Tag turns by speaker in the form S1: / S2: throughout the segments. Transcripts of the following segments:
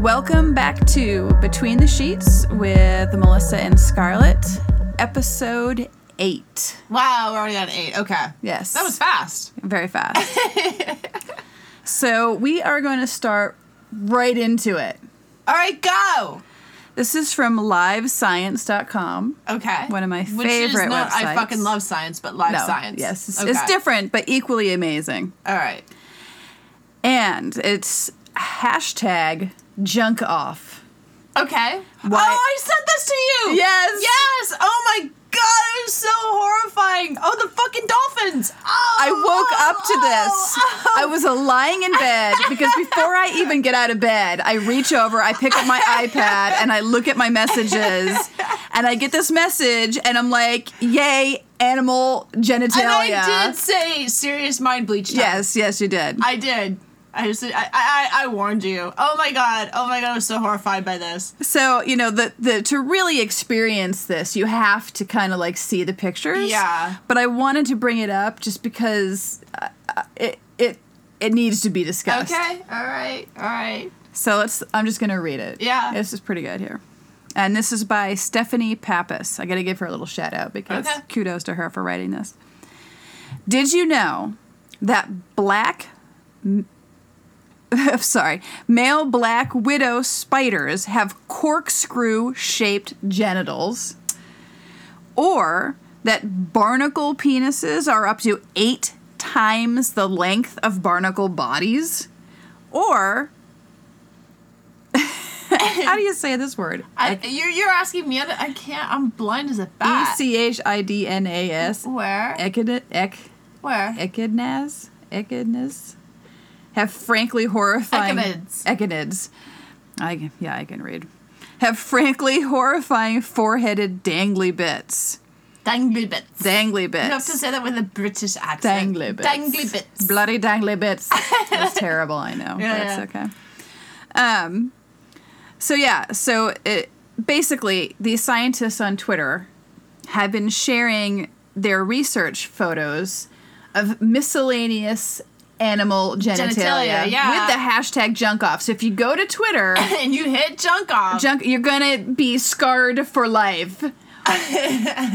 S1: Welcome back to Between the Sheets with Melissa and Scarlett, episode eight.
S2: Wow, we're already on eight. Okay.
S1: Yes.
S2: That was fast.
S1: Very fast. so we are going to start right into it.
S2: All right, go.
S1: This is from livescience.com.
S2: Okay.
S1: One of my
S2: Which is
S1: favorite
S2: not,
S1: websites.
S2: I fucking love science, but live
S1: No,
S2: science.
S1: Yes, it's,
S2: Okay.
S1: it's different, but equally amazing.
S2: All right.
S1: And it's hashtag junk off.
S2: Okay.
S1: Why-
S2: Oh, I said this to you.
S1: Yes.
S2: Yes. Oh my god, it was so horrifying. Oh, the fucking dolphins. Oh.
S1: I woke up to this.
S2: oh, oh.
S1: I was uh, lying in bed because before I even get out of bed, I reach over, I pick up my iPad, and I look at my messages. And I get this message, and I'm like, yay, animal genitalia.
S2: and I did say serious mind bleach. time.
S1: Yes, yes, you did.
S2: I did. I just I, I I- I warned you. Oh my god. Oh my god, I was so horrified by this.
S1: So you know the the to really experience this, you have to kind of like see the pictures.
S2: Yeah.
S1: But I wanted to bring it up just because uh, uh, it it it needs to be discussed.
S2: Okay. All right. All right.
S1: So let's. I'm just gonna read it.
S2: Yeah.
S1: This is pretty good here, and this is by Stephanie Pappas. I gotta give her a little shout out because
S2: Okay.
S1: kudos to her for writing this. Did you know that black? m- Sorry, male black widow spiders have corkscrew shaped genitals, or that barnacle penises are up to eight times the length of barnacle bodies, or how do you say this word?
S2: I, you're, you're asking me. I don't- I can't. I'm blind as a
S1: E
S2: bat.
S1: C H I D N A S.
S2: Where?
S1: Echid- ech-
S2: Where?
S1: Echidnas? Echidnas? Have frankly horrifying.
S2: Echinids.
S1: Echinids. I, yeah, I can read. Have frankly horrifying four headed dangly bits.
S2: Dangly bits.
S1: Dangly bits.
S2: You have to say that with a British accent.
S1: Dangly bits.
S2: Dangly bits.
S1: Bloody dangly bits. That's terrible, I know.
S2: Yeah,
S1: but
S2: yeah.
S1: it's okay. Um, so, yeah, so it, basically, these scientists on Twitter have been sharing their research photos of miscellaneous animal genitalia,
S2: Genitalia, yeah.
S1: with the hashtag junk off. So, if you go to Twitter,
S2: and you hit junk off.
S1: junk, you're going to be scarred for life.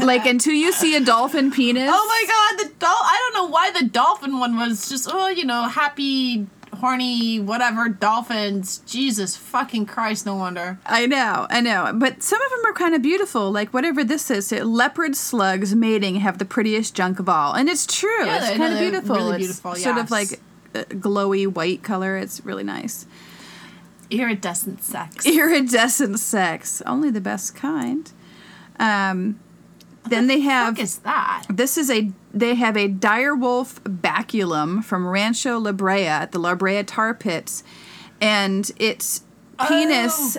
S1: like until you see a dolphin penis.
S2: oh my god, the dol- I don't know why the dolphin one was just, oh, you know, happy, horny, whatever, dolphins. Jesus fucking Christ, no wonder.
S1: I know, I know. But some of them are kind of beautiful. Like whatever this is, it- leopard slugs mating have the prettiest junk of all, and it's true.
S2: Yeah,
S1: it's
S2: they-
S1: kind of
S2: they're
S1: beautiful.
S2: really
S1: it's
S2: beautiful,
S1: sort of
S2: yes.
S1: like a glowy white color. It's really nice.
S2: Iridescent sex.
S1: Iridescent sex, only the best kind. Um, then they have
S2: What is that?
S1: this is a they have a direwolf baculum from Rancho La Brea at the La Brea tar pits, and its
S2: Oh.
S1: penis.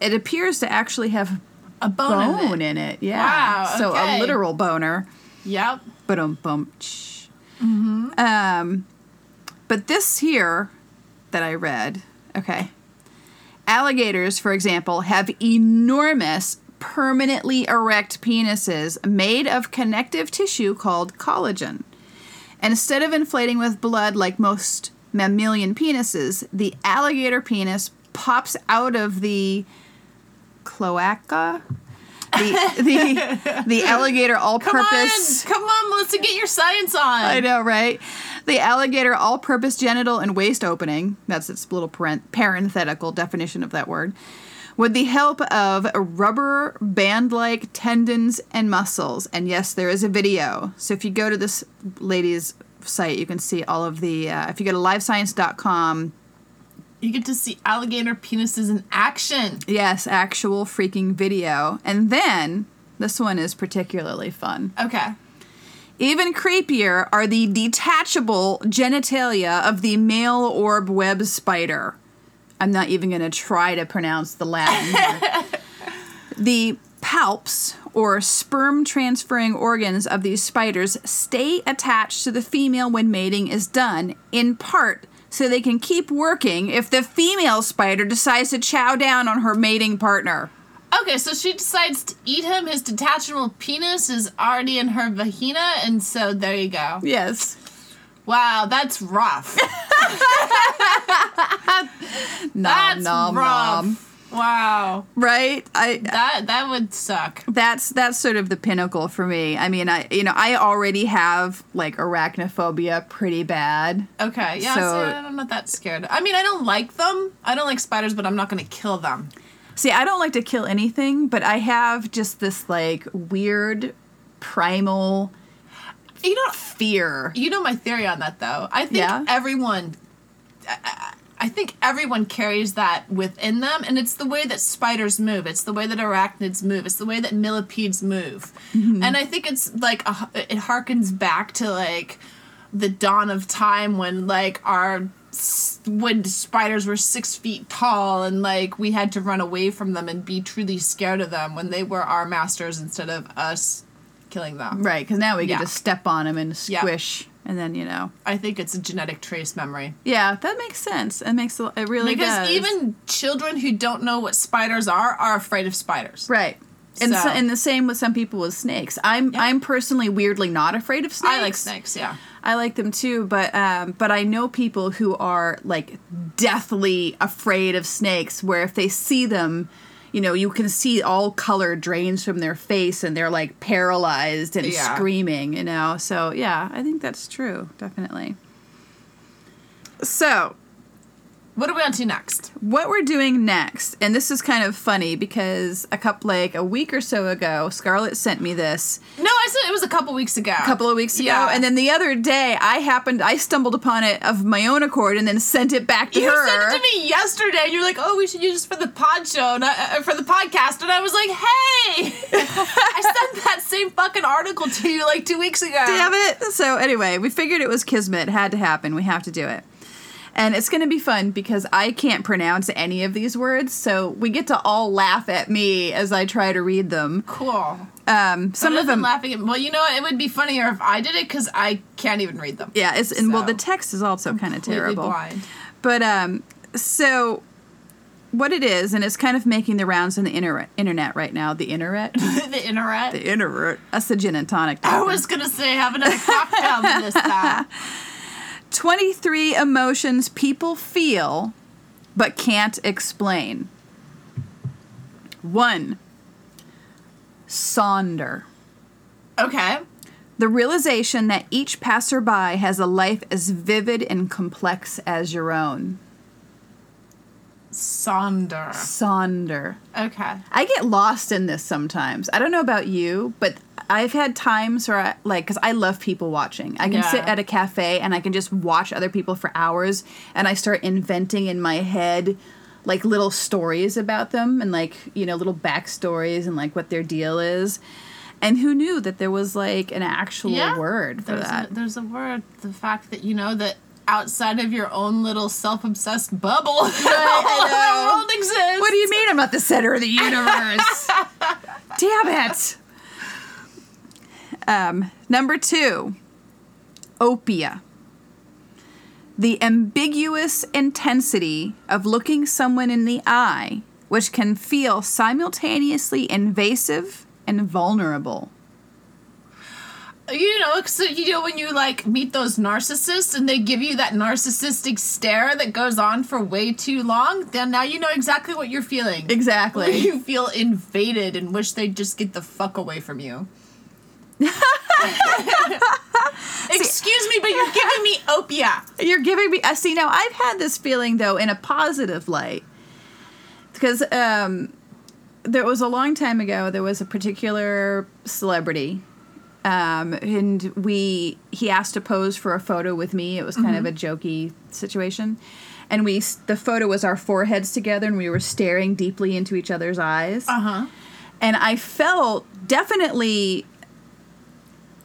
S1: It appears to actually have
S2: A bone. in it.
S1: bone in it. Yeah.
S2: Wow,
S1: So a
S2: okay.
S1: literal boner.
S2: Yep.
S1: But um bump.
S2: Mm-hmm.
S1: Um, but this here that I read. Okay. Alligators, for example, have enormous, permanently erect penises made of connective tissue called collagen. And instead of inflating with blood like most mammalian penises, the alligator penis pops out of the cloaca. The, the, the alligator all
S2: Come
S1: purpose.
S2: on, come on, Melissa, get your science on.
S1: I know, right? The alligator all purpose genital and waist opening, that's its little parent- parenthetical definition of that word, with the help of rubber band like tendons and muscles. And yes, there is a video. So if you go to this lady's site, you can see all of the, uh, if you go to livescience.com,
S2: You get to see alligator penises in action.
S1: yes, actual freaking video. And then this one is particularly fun.
S2: Okay.
S1: Even creepier are the detachable genitalia of the male orb web spider. I'm not even going to try to pronounce the Latin. here. the palps, or sperm transferring organs of these spiders, stay attached to the female when mating is done, in part so they can keep working if the female spider decides to chow down on her mating partner.
S2: Okay, so she decides to eat him. His detachable penis is already in her vagina, and so there you go.
S1: Yes.
S2: Wow, that's rough.
S1: nom,
S2: That's
S1: nom,
S2: rough.
S1: nom.
S2: Wow.
S1: Right? I
S2: That that would suck.
S1: that's that's sort of the pinnacle for me. I mean, I you know, I already have like arachnophobia pretty bad.
S2: Okay. Yeah.
S1: So-
S2: So, I'm not that scared. I mean, I don't like them. I don't like spiders, but I'm not going to kill them.
S1: See, I don't like to kill anything, but I have just this like weird primal
S2: You know,
S1: fear.
S2: you know my theory on that though. I think
S1: Yeah?
S2: everyone. I- I- I think everyone carries that within them, and it's the way that spiders move. It's the way that arachnids move. It's the way that millipedes move,
S1: Mm-hmm.
S2: and I think it's like a, it harkens back to like the dawn of time when like our s- when spiders were six feet tall and like we had to run away from them and be truly scared of them when they were our masters instead of us killing them.
S1: Right, cuz now we
S2: Yeah.
S1: can just step on them and
S2: Yeah.
S1: squish and then, you know.
S2: I think it's a genetic trace memory.
S1: Yeah, that makes sense. It makes a, it really
S2: Because
S1: does.
S2: even children who don't know what spiders are are afraid of spiders.
S1: right. And so.
S2: So-
S1: and the same with some people with snakes. I'm
S2: Yeah.
S1: I'm personally weirdly not afraid of snakes.
S2: I like snakes, yeah.
S1: I like them too, but um, but I know people who are like deathly afraid of snakes. Where if they see them, you know, you can see all color drains from their face, and they're like paralyzed and
S2: Yeah.
S1: screaming. You know, so yeah, I think that's true, definitely. So
S2: What are we on to next?
S1: what we're doing next, and this is kind of funny because a couple like a week or so ago, Scarlett sent me this,
S2: No, I said it was a couple weeks ago. A
S1: couple of weeks ago.
S2: Yeah.
S1: And then the other day, I happened, I stumbled upon it of my own accord and then sent it back to
S2: you
S1: her.
S2: sent it to me yesterday. and You were like, "Oh, we should use this for the pod show, and I, uh, for the podcast," and I was like, "Hey, I sent that same fucking article to you like two weeks ago."
S1: Damn it. So, anyway, we figured it was Kismet. It had to happen. We have to do it. And it's going to be fun because I can't pronounce any of these words. So, we get to all laugh at me as I try to read them.
S2: Cool.
S1: Um, some
S2: Some
S1: of them.
S2: laughing at. Well, you know, what? it would be funnier if I did it because I can't even read them.
S1: yeah, it's, and well,
S2: So,
S1: the text is also kind of
S2: Completely
S1: terrible.
S2: Blind.
S1: But um, so what it is, and it's kind of making the rounds on the inter- internet right now. The internet,
S2: the internet.
S1: the internet. That's the gin and tonic.
S2: I was gonna say have another cocktail than this time.
S1: Twenty-three emotions people feel, but can't explain. One. Sonder.
S2: Okay.
S1: The realization that each passerby has a life as vivid and complex as your own.
S2: Sonder.
S1: Sonder.
S2: Okay.
S1: I get lost in this sometimes. I don't know about you, but I've had times where I like cuz I love people watching. I can
S2: Yeah.
S1: sit at a cafe and I can just watch other people for hours and I start inventing in my head like little stories about them and like, you know, little backstories and like what their deal is. And who knew that there was like an actual word for
S2: there's
S1: that?
S2: A, there's a word. The fact that you know that outside of your own little self-obsessed bubble, the
S1: know.
S2: world exists.
S1: What do you mean I'm not the center of the universe? Damn it. Um, number two, opia. The ambiguous intensity of looking someone in the eye, which can feel simultaneously invasive and vulnerable.
S2: You know, so you know when you like meet those narcissists and they give you that narcissistic stare that goes on for way too long. Then now you know exactly what you're feeling. Where
S1: Exactly.
S2: you feel invaded and wish they'd just get the fuck away from you. Excuse me, but you're giving me opia.
S1: You're giving me. I see. Now I've had this feeling though in a positive light, because um, there was a long time ago. There was a particular celebrity, um, and we he asked to pose for a photo with me. It was kind of a jokey situation, and we s- the photo was our foreheads together, and we were staring deeply into each other's eyes
S2: huh.
S1: and I felt definitely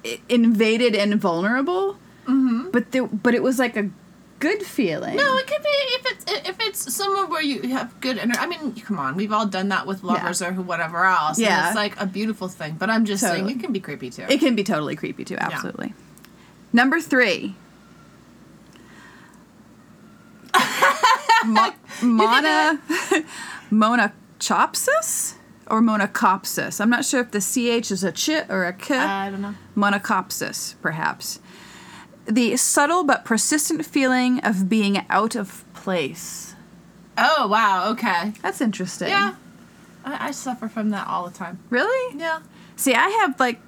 S1: i- invaded and vulnerable. Mm-hmm. But the, but it was like a good feeling.
S2: No, it could be if it's if it's somewhere where you have good energy. I mean, come on, we've all done that with lovers or who whatever else. and
S1: Yeah.
S2: it's like a beautiful thing. But I'm just
S1: Totally.
S2: saying, it can be creepy too.
S1: it can be totally creepy too. Absolutely. Number three. Mo- Mona Monachopsis or Monocopsis. I'm not sure if the ch is a ch or a k.
S2: Uh, I don't know.
S1: monocopsis, perhaps. The subtle but persistent feeling of being out of place.
S2: Oh wow. Okay.
S1: That's interesting.
S2: Yeah. I, I suffer from that all the time.
S1: Really?
S2: Yeah.
S1: See, I have like.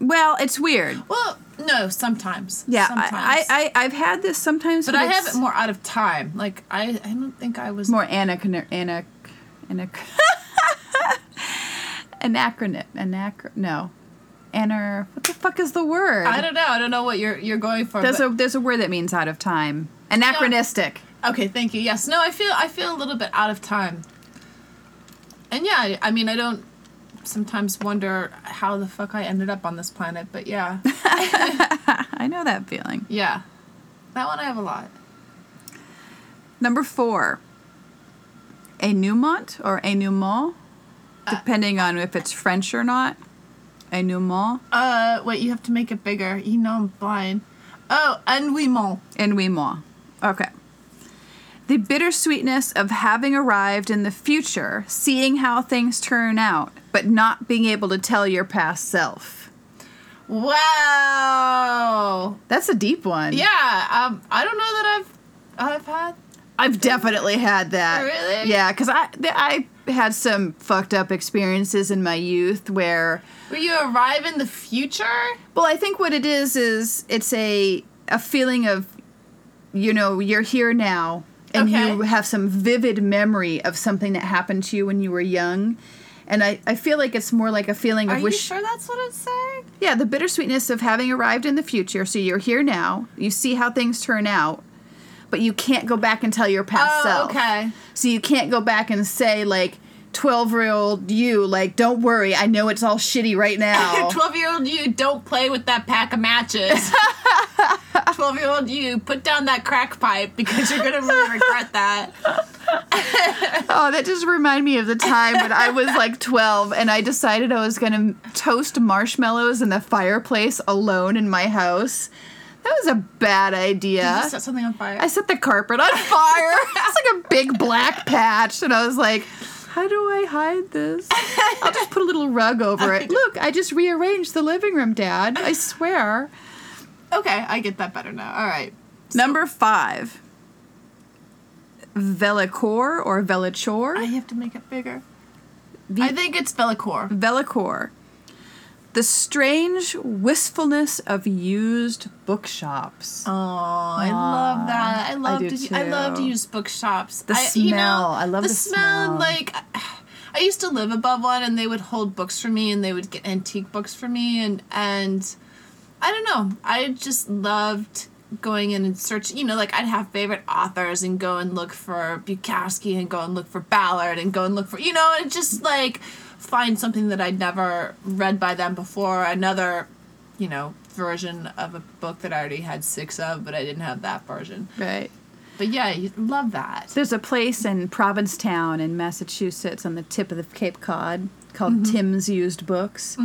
S1: Well, it's weird.
S2: Well, no. Sometimes.
S1: Yeah,
S2: Sometimes.
S1: I, I, I I've had this sometimes,
S2: but I
S1: it's
S2: have it more out of time. Like I, I don't think I was.
S1: more anachron anach anach anachronic anachr no aner what the fuck is the word?
S2: I don't know. I don't know what you're you're going for.
S1: there's
S2: but-
S1: a there's a word that means out of time. Anachronistic.
S2: Okay, thank you. Yes, no, I feel I feel a little bit out of time. And yeah, I, I mean, I don't sometimes wonder how the fuck I ended up on this planet, but yeah,
S1: I know that feeling.
S2: yeah, that one I have a lot.
S1: Number four. Denouement or denouement,
S2: Uh.
S1: depending on if it's French or not. Denouement,
S2: Uh, wait, you have to make it bigger. You know I'm blind. Oh, ennuiement.
S1: ennuyement. Okay. The bittersweetness of having arrived in the future, seeing how things turn out, but not being able to tell your past self.
S2: Wow.
S1: That's a deep one.
S2: Yeah. Um, I don't know that I've I've had.
S1: I've definitely had that.
S2: Really?
S1: Yeah, because I th- I had some fucked up experiences in my youth where,
S2: Will you arrive in the future?
S1: well, I think what it is is it's a a feeling of, you know, you're here now, and you
S2: Okay.
S1: have some vivid memory of something that happened to you when you were young. And I, I feel like it's more like a feeling
S2: Are
S1: of
S2: you
S1: wish.
S2: sure that's what it's saying?
S1: Yeah, the bittersweetness of having arrived in the future. So you're here now. You see how things turn out, but you can't go back and tell your past
S2: Oh,
S1: self.
S2: okay.
S1: So you can't go back and say like. 12 year old you, like, don't worry, I know it's all shitty right now.
S2: 12 year old you, don't play with that pack of matches. 12 year old you, put down that crack pipe because you're going to really regret that.
S1: oh, that just reminded me of the time when I was like 12 and I decided I was gonna toast marshmallows in the fireplace alone in my house. That was a bad idea.
S2: Did you set something on fire?
S1: I set the carpet on fire. it's like a big black patch, and I was like, "How do I hide this? I'll just put a little rug over it. Look, I just rearranged the living room, Dad. I swear."
S2: okay, I get that better now. All right.
S1: Number five, velicor or velichor.
S2: I have to make it bigger. I think it's Bellicor.
S1: Velicor. The strange wistfulness of used bookshops.
S2: Oh, I love that. I love
S1: do
S2: to I love to
S1: too.
S2: use bookshops.
S1: The
S2: I, you know,
S1: smell. I love the smell.
S2: Like I used to live above one and they would hold books for me and they would get antique books for me and and I don't know. I just loved going in and searching. You know, like I'd have favorite authors and go and look for Bukowski and go and look for Ballard and go and look for you know, and just like find something that I'd never read by them before. Another, you know, version of a book that I already had six of, but I didn't have that version.
S1: Right.
S2: But yeah, you love that.
S1: There's a place in Provincetown in Massachusetts on the tip of the Cape Cod called Tim's Used Books.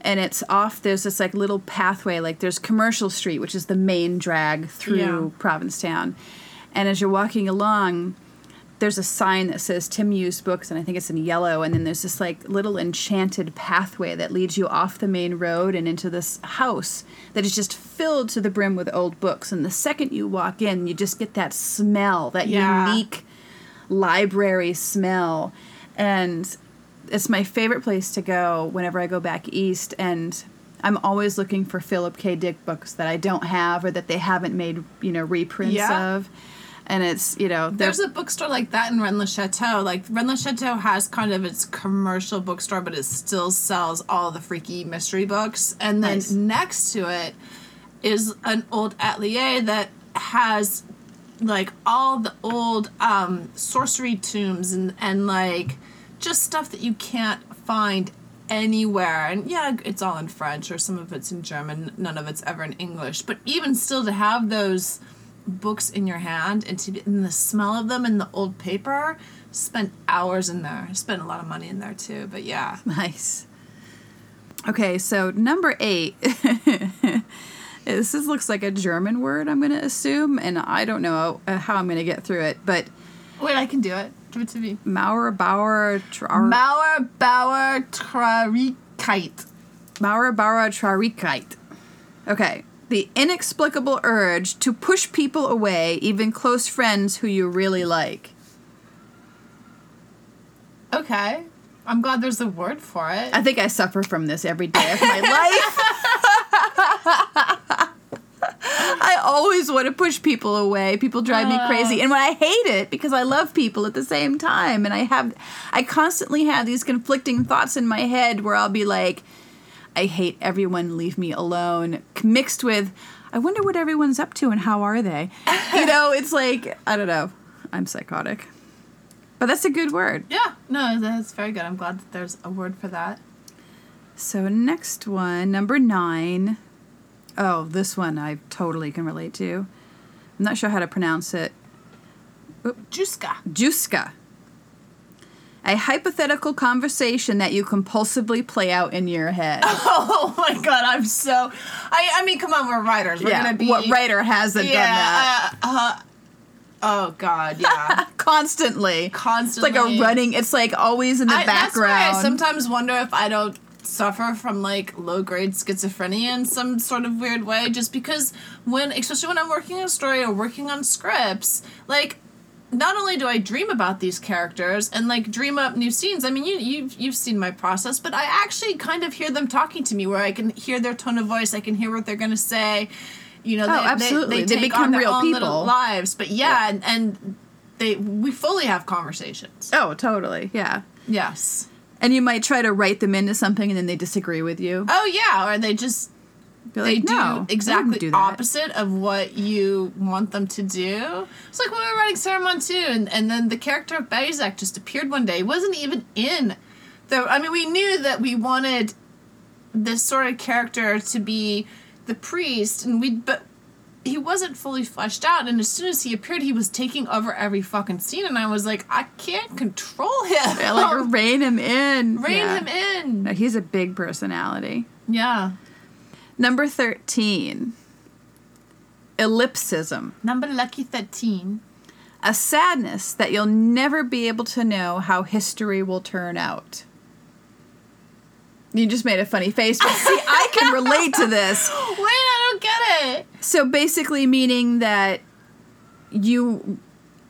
S1: And it's off, there's this like little pathway, like there's Commercial Street, which is the main drag through
S2: Yeah.
S1: Provincetown. And as you're walking along, there's a sign that says Tim Used Books, and I think it's in yellow. And then there's this like little enchanted pathway that leads you off the main road and into this house that is just filled to the brim with old books. And the second you walk in, you just get that smell, that
S2: Yeah.
S1: unique library smell. And it's my favorite place to go whenever I go back east. And I'm always looking for Philip K. Dick books that I don't have or that they haven't made, you know, reprints
S2: Yeah.
S1: of. And it's, you know, they're-
S2: There's a bookstore like that in Rennes le Chateau. Like Rennes le Chateau has kind of its commercial bookstore, but it still sells all the freaky mystery books. And then
S1: Nice.
S2: next to it is an old atelier that has like all the old um, sorcery tombs and and like just stuff that you can't find anywhere and yeah it's all in french or some of it's in german none of it's ever in english but even still to have those books in your hand and to be, and the smell of them and the old paper spent hours in there spent a lot of money in there too but yeah
S1: Nice. Okay, so number eight. this is, looks like a German word, I'm going to assume, and I don't know uh, how I'm going to get through it, but
S2: wait i can do it give it to me
S1: Mauer Bauer Trar-
S2: Mauer Bauer Trarikite.
S1: Mauer Bauer Trarikite. Okay, the inexplicable urge to push people away, even close friends who you really like.
S2: Okay. I'm glad there's a word for it.
S1: I think I suffer from this every day of my life. I always want to push people away. People drive me crazy. And when I hate it because I love people at the same time and I have I constantly have these conflicting thoughts in my head where I'll be like I hate everyone, leave me alone, mixed with I wonder what everyone's up to and how are they? You know, it's like I don't know. I'm psychotic. But that's a good word.
S2: Yeah. No, that's very good. I'm glad that there's a word for that.
S1: So next one, number nine. Oh, this one I totally can relate to. I'm not sure how to pronounce it.
S2: Juska.
S1: Juska. A hypothetical conversation that you compulsively play out in your head.
S2: Oh my god, I'm so. I I mean, come on, we're writers. We're gonna be.
S1: what writer hasn't done that?
S2: Yeah. Uh, uh, oh god, yeah.
S1: Constantly. It's
S2: Constantly.
S1: like a running, it's like always in the
S2: I, that's why
S1: background.
S2: I sometimes wonder if I don't suffer from like low grade schizophrenia in some sort of weird way, just because when, especially when I'm working on a story or working on scripts, like. Not only do I dream about these characters and like dream up new scenes. I mean, you you've you've seen my process, but I actually kind of hear them talking to me, where I can hear their tone of voice, I can hear what they're gonna say. You know,
S1: Oh,
S2: they,
S1: absolutely.
S2: They,
S1: They
S2: take
S1: become
S2: on their
S1: real
S2: own
S1: people.
S2: little lives. But yeah, And, and they we fully have conversations.
S1: oh, totally. Yeah.
S2: Yes.
S1: And you might try to write them into something and then they disagree with you.
S2: Oh yeah, or they just
S1: You're
S2: they
S1: like,
S2: do
S1: "No, I wouldn't
S2: exactly
S1: do
S2: the
S1: that."
S2: opposite of what you want them to do. It's like when we were writing Saruman too, and, and then the character of Bezek just appeared one day. He wasn't even in the I mean, we knew that we wanted this sort of character to be the priest and we but he wasn't fully fleshed out and as soon as he appeared he was taking over every fucking scene and I was like, I can't control him.
S1: Yeah, like rein him in.
S2: rein
S1: Yeah.
S2: him in.
S1: No, he's a big personality.
S2: Yeah.
S1: Number 13 Ellipsism.
S2: Number lucky thirteen.
S1: A sadness that you'll never be able to know how history will turn out. You just made a funny face, but see, I can relate to this.
S2: Oh, Wait, I don't get it.
S1: So basically, meaning that you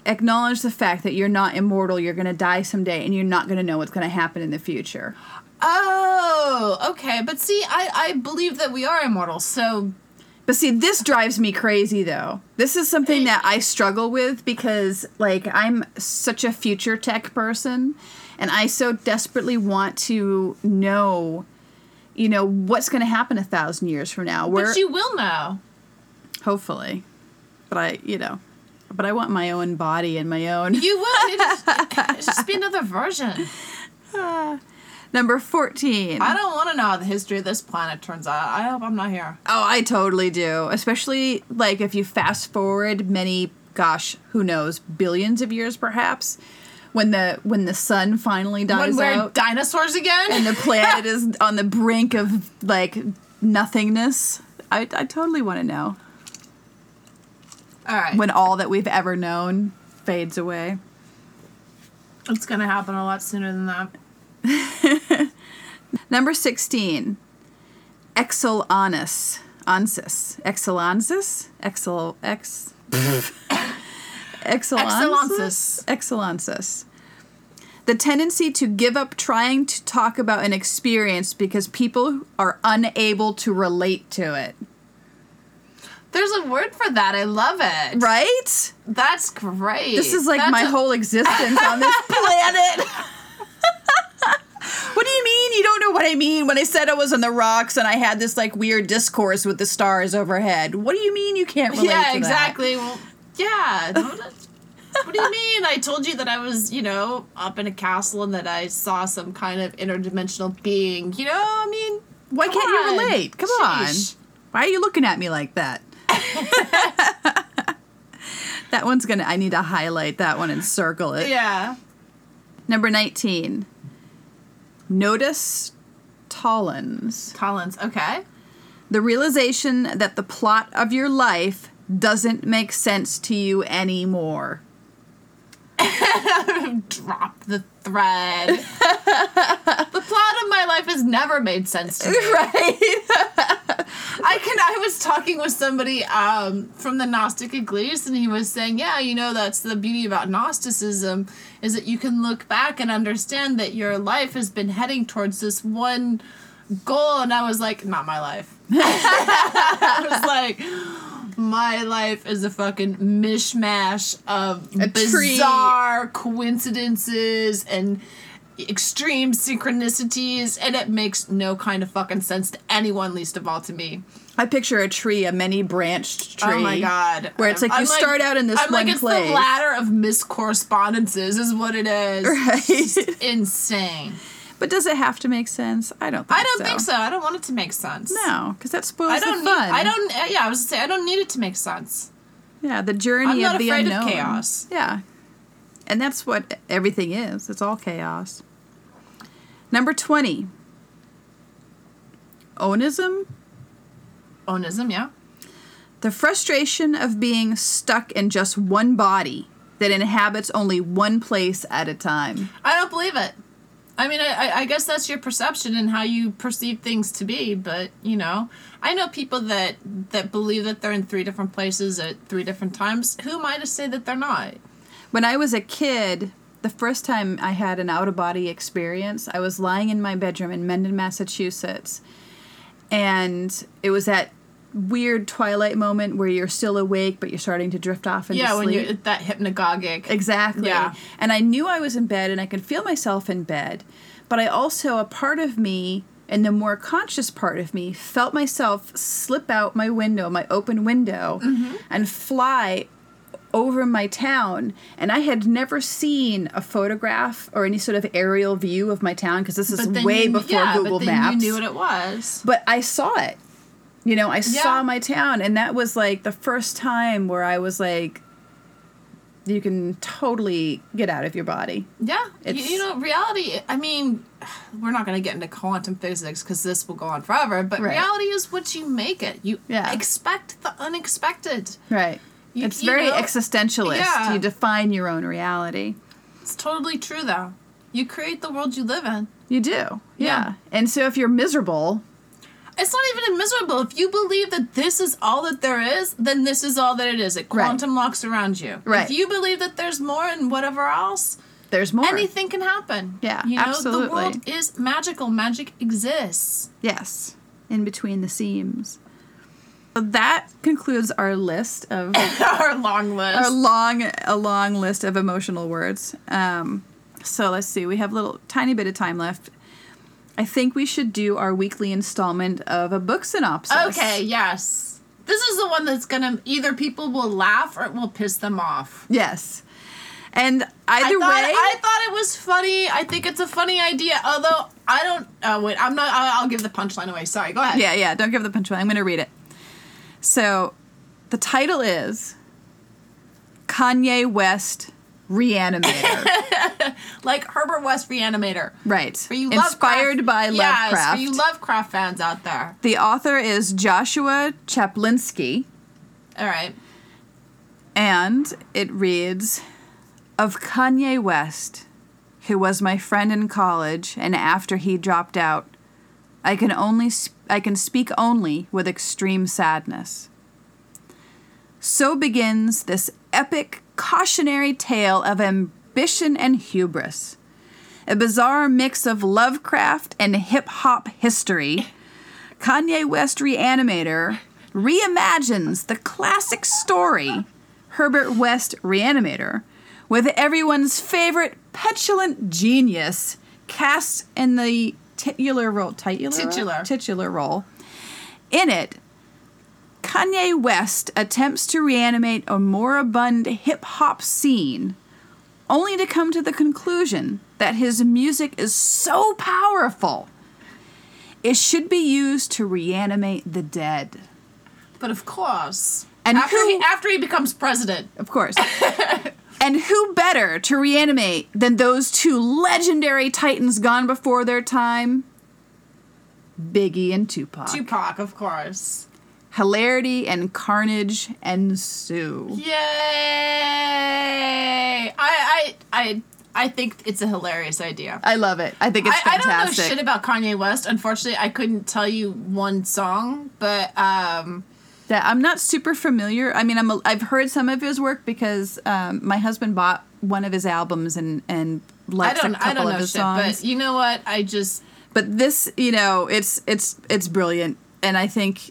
S1: acknowledge the fact that you're not immortal, you're going to die someday, and you're not going to know what's going to happen in the future.
S2: Oh, okay. But see, I, I believe that we are immortal, so
S1: But see, this drives me crazy though. This is something that I struggle with because, like, I'm such a future tech person and I so desperately want to know, you know, what's going to happen a thousand years from now. Where,
S2: but you will know.
S1: hopefully. But I, you know, but I want my own body and my own.
S2: You will. It just, it's just be another version.
S1: Number 14.
S2: I don't want to know how the history of this planet turns out. I hope I'm not here.
S1: Oh, I totally do. Especially like if you fast forward many, gosh, who knows, billions of years perhaps, when the when the sun finally
S2: When
S1: dies
S2: we're
S1: out
S2: dinosaurs again?
S1: and the planet is on the brink of like nothingness. I, I totally want to know
S2: All right.
S1: when all that we've ever known fades away.
S2: it's going to happen a lot sooner than that.
S1: Number 16, Exel Onus. Onsis. Exel Onsis? Exel. Ex. Excellensis. Excellensis. The tendency to give up trying to talk about an experience because people are unable to relate to it.
S2: There's a word for that. I love it.
S1: Right?
S2: That's great.
S1: This is like
S2: That's
S1: my
S2: a-
S1: whole existence on this planet. what do you mean? You don't know what I mean when I said I was on the rocks and I had this like weird discourse with the stars overhead. What do you mean you can't relate to
S2: Yeah,
S1: that?
S2: exactly. Well, yeah. what do you mean? I told you that I was, you know, up in a castle and that I saw some kind of interdimensional being. You know, I mean,
S1: Why
S2: come
S1: can't
S2: on.
S1: you relate? Come
S2: Sheesh.
S1: on. Why are you looking at me like that? that one's gonna I need to highlight that one and circle it.
S2: Yeah.
S1: Number 19. Notice Tollins.
S2: Collins. Okay.
S1: the realization that the plot of your life doesn't make sense to you anymore.
S2: Drop the thread. the plot of my life has never made sense to me.
S1: right?
S2: I can. I was talking with somebody um, from the Gnostic Iglesia, and he was saying, "Yeah, you know, that's the beauty about Gnosticism is that you can look back and understand that your life has been heading towards this one goal." And I was like, "Not my life." I was like. My life is a fucking mishmash of
S1: tree.
S2: bizarre coincidences and extreme synchronicities, and it makes no kind of fucking sense to anyone, least of all to me.
S1: I picture a tree, a many branched tree.
S2: Oh my god!
S1: Where it's like you start out in this
S2: I'm
S1: one
S2: like, it's
S1: place.
S2: the ladder of miscorrespondences, is what it is.
S1: Right?
S2: Insane.
S1: but does it have to make sense? I don't think
S2: I don't think so. I don't want it to make sense.
S1: No, because that spoils
S2: I don't.
S1: the
S2: Need,
S1: fun.
S2: I don't. uh, Yeah, I was gonna say I don't need it to make sense.
S1: Yeah, the journey
S2: I'm not
S1: of the
S2: afraid of
S1: unknown.
S2: chaos.
S1: Yeah, and that's what everything is. It's all chaos. Number twenty. Onism,
S2: Onism, yeah.
S1: the frustration of being stuck in just one body that inhabits only one place at a time.
S2: I don't believe it. I mean, I, I- I guess that's your perception and how you perceive things to be. But you know, I know people that that believe that they're in three different places at three different times. Who am I to say that they're not?
S1: When I was a kid, the first time I had an out of body experience, I was lying in my bedroom in Mendon, Massachusetts. And it was that weird twilight moment where you're still awake, but you're starting to drift off into
S2: yeah,
S1: sleep.
S2: when you're that hypnagogic.
S1: Exactly.
S2: Yeah.
S1: And I knew I was in bed and I could feel myself in bed. But I also, a part of me, and the more conscious part of me, felt myself slip out my window, my open window,
S2: Mm-hmm.
S1: and fly over my town. And I had never seen a photograph or any sort of aerial view of my town because this is
S2: But then
S1: way
S2: you-
S1: before
S2: yeah,
S1: Google
S2: but then
S1: Maps
S2: You knew what it was.
S1: but I saw it. You know, I
S2: Yeah.
S1: saw my town, and that was like the first time where I was like, you can totally get out of your body.
S2: Yeah, you,
S1: It's-
S2: you know, reality. I mean, we're not going to get into quantum physics because this will go on forever. But
S1: Right.
S2: reality is what you make it. You
S1: Yeah.
S2: expect the unexpected.
S1: Right.
S2: You-
S1: it's
S2: you
S1: very
S2: know?
S1: existentialist.
S2: Yeah.
S1: You define your own reality.
S2: It's totally true, though. You create the world you live in.
S1: You do. Yeah.
S2: Yeah.
S1: And so if you're miserable,
S2: It's not even miserable. If you believe that this is all that there is, then this is all that it is. It
S1: Right.
S2: quantum locks around you.
S1: Right.
S2: If you believe that there's more and whatever else,
S1: there's more.
S2: anything can happen.
S1: Yeah,
S2: you know,
S1: absolutely.
S2: the world is magical. Magic exists.
S1: Yes. In between the seams. So that concludes our list of
S2: Our long list.
S1: a long a long list of emotional words. Um, so let's see. We have a little tiny bit of time left. I think we should do our weekly installment of a book synopsis.
S2: Okay, yes. This is the one that's gonna either people will laugh or it will piss them off.
S1: Yes. And either
S2: I thought,
S1: way,
S2: I thought it was funny. I think it's a funny idea. Although I don't. Oh wait, I'm not. I- I'll give the punchline away. Sorry. Go ahead.
S1: yeah, yeah. Don't give the punchline. I'm going to read it. So, the title is Kanye West Reanimator.
S2: Like Herbert West Reanimator.
S1: right.
S2: For you
S1: Inspired
S2: Lovecraft,
S1: by
S2: Yes,
S1: Lovecraft.
S2: for you Lovecraft fans out there.
S1: the author is Joshua Chaplinsky.
S2: All right.
S1: And it reads Of Kanye West, who was my friend in college, and after he dropped out, I can only sp- I can speak only with extreme sadness. So begins this epic cautionary tale of ambition and hubris. A bizarre mix of Lovecraft and hip hop history. Kanye West Reanimator reimagines the classic story, Herbert West Reanimator, with everyone's favorite petulant genius cast in the titular role. Titular?
S2: Titular.
S1: Titular role. In it, Kanye West attempts to reanimate a moribund hip hop scene, only to come to the conclusion that his music is so powerful it should be used to reanimate the dead.
S2: But of course.
S1: And
S2: after
S1: who-
S2: he after he becomes president.
S1: Of course. and who better to reanimate than those two legendary titans gone before their time? Biggie and Tupac.
S2: Tupac, of course.
S1: Hilarity and carnage ensue.
S2: Yay! I, I I I I think it's a hilarious idea.
S1: I love it. I think it's
S2: I, I
S1: fantastic.
S2: don't know shit about Kanye West. Unfortunately, I couldn't tell you one song, but um,
S1: that I'm not super familiar. I mean, I'm a, I've heard some of his work because um, my husband bought one of his albums and and
S2: I
S1: likes
S2: don't
S1: a couple
S2: I don't
S1: of
S2: know
S1: his
S2: shit.
S1: songs.
S2: But you know what? I just
S1: but this you know it's it's it's brilliant and i think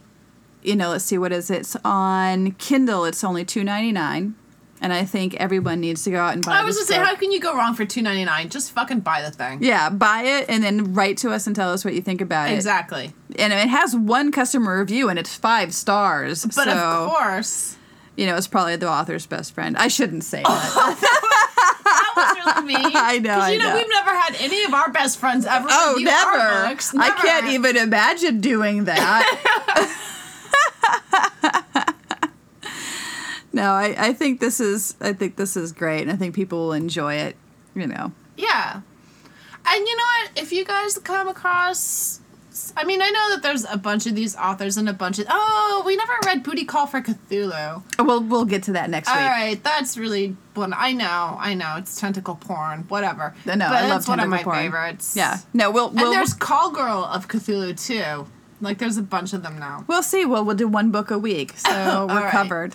S1: you know let's see what is it? it's on kindle it's only 2.99 and i think everyone needs to go out and buy
S2: I was
S1: this
S2: gonna say,
S1: book.
S2: how can you go wrong for two ninety nine? Just fucking buy the thing.
S1: yeah buy it and then write to us and tell us what you think about
S2: Exactly.
S1: it and it has one customer review and it's five stars
S2: But
S1: so
S2: of course,
S1: you know it's probably the author's best friend i shouldn't say that
S2: that was really mean.
S1: I know,
S2: 'Cause
S1: I
S2: You know,
S1: know.
S2: we've never had any of our best friends ever.
S1: oh
S2: review our
S1: never.
S2: books.
S1: i
S2: never.
S1: can't even imagine doing that no I, I think this is i think this is great and i think people will enjoy it you know
S2: Yeah. And you know what? If you guys come across. I mean, I know that there's a bunch of these authors and a bunch of. Oh, we never read Booty Call for Cthulhu.
S1: we'll we'll get to that next
S2: All
S1: week
S2: right, that's really one. I know, I know. It's tentacle porn, whatever.
S1: no i
S2: but
S1: love
S2: it's one of
S1: tentacle
S2: my
S1: porn.
S2: favorites.
S1: yeah no we'll
S2: And
S1: we'll,
S2: there's Call Girl of Cthulhu, too. Like, there's a bunch of them now.
S1: we'll see well we'll do one book a week so
S2: All
S1: we're
S2: right.
S1: covered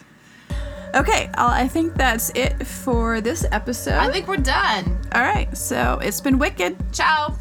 S1: okay I'll, i think that's it for this episode
S2: I think we're done.
S1: all right so it's been wicked
S2: Ciao.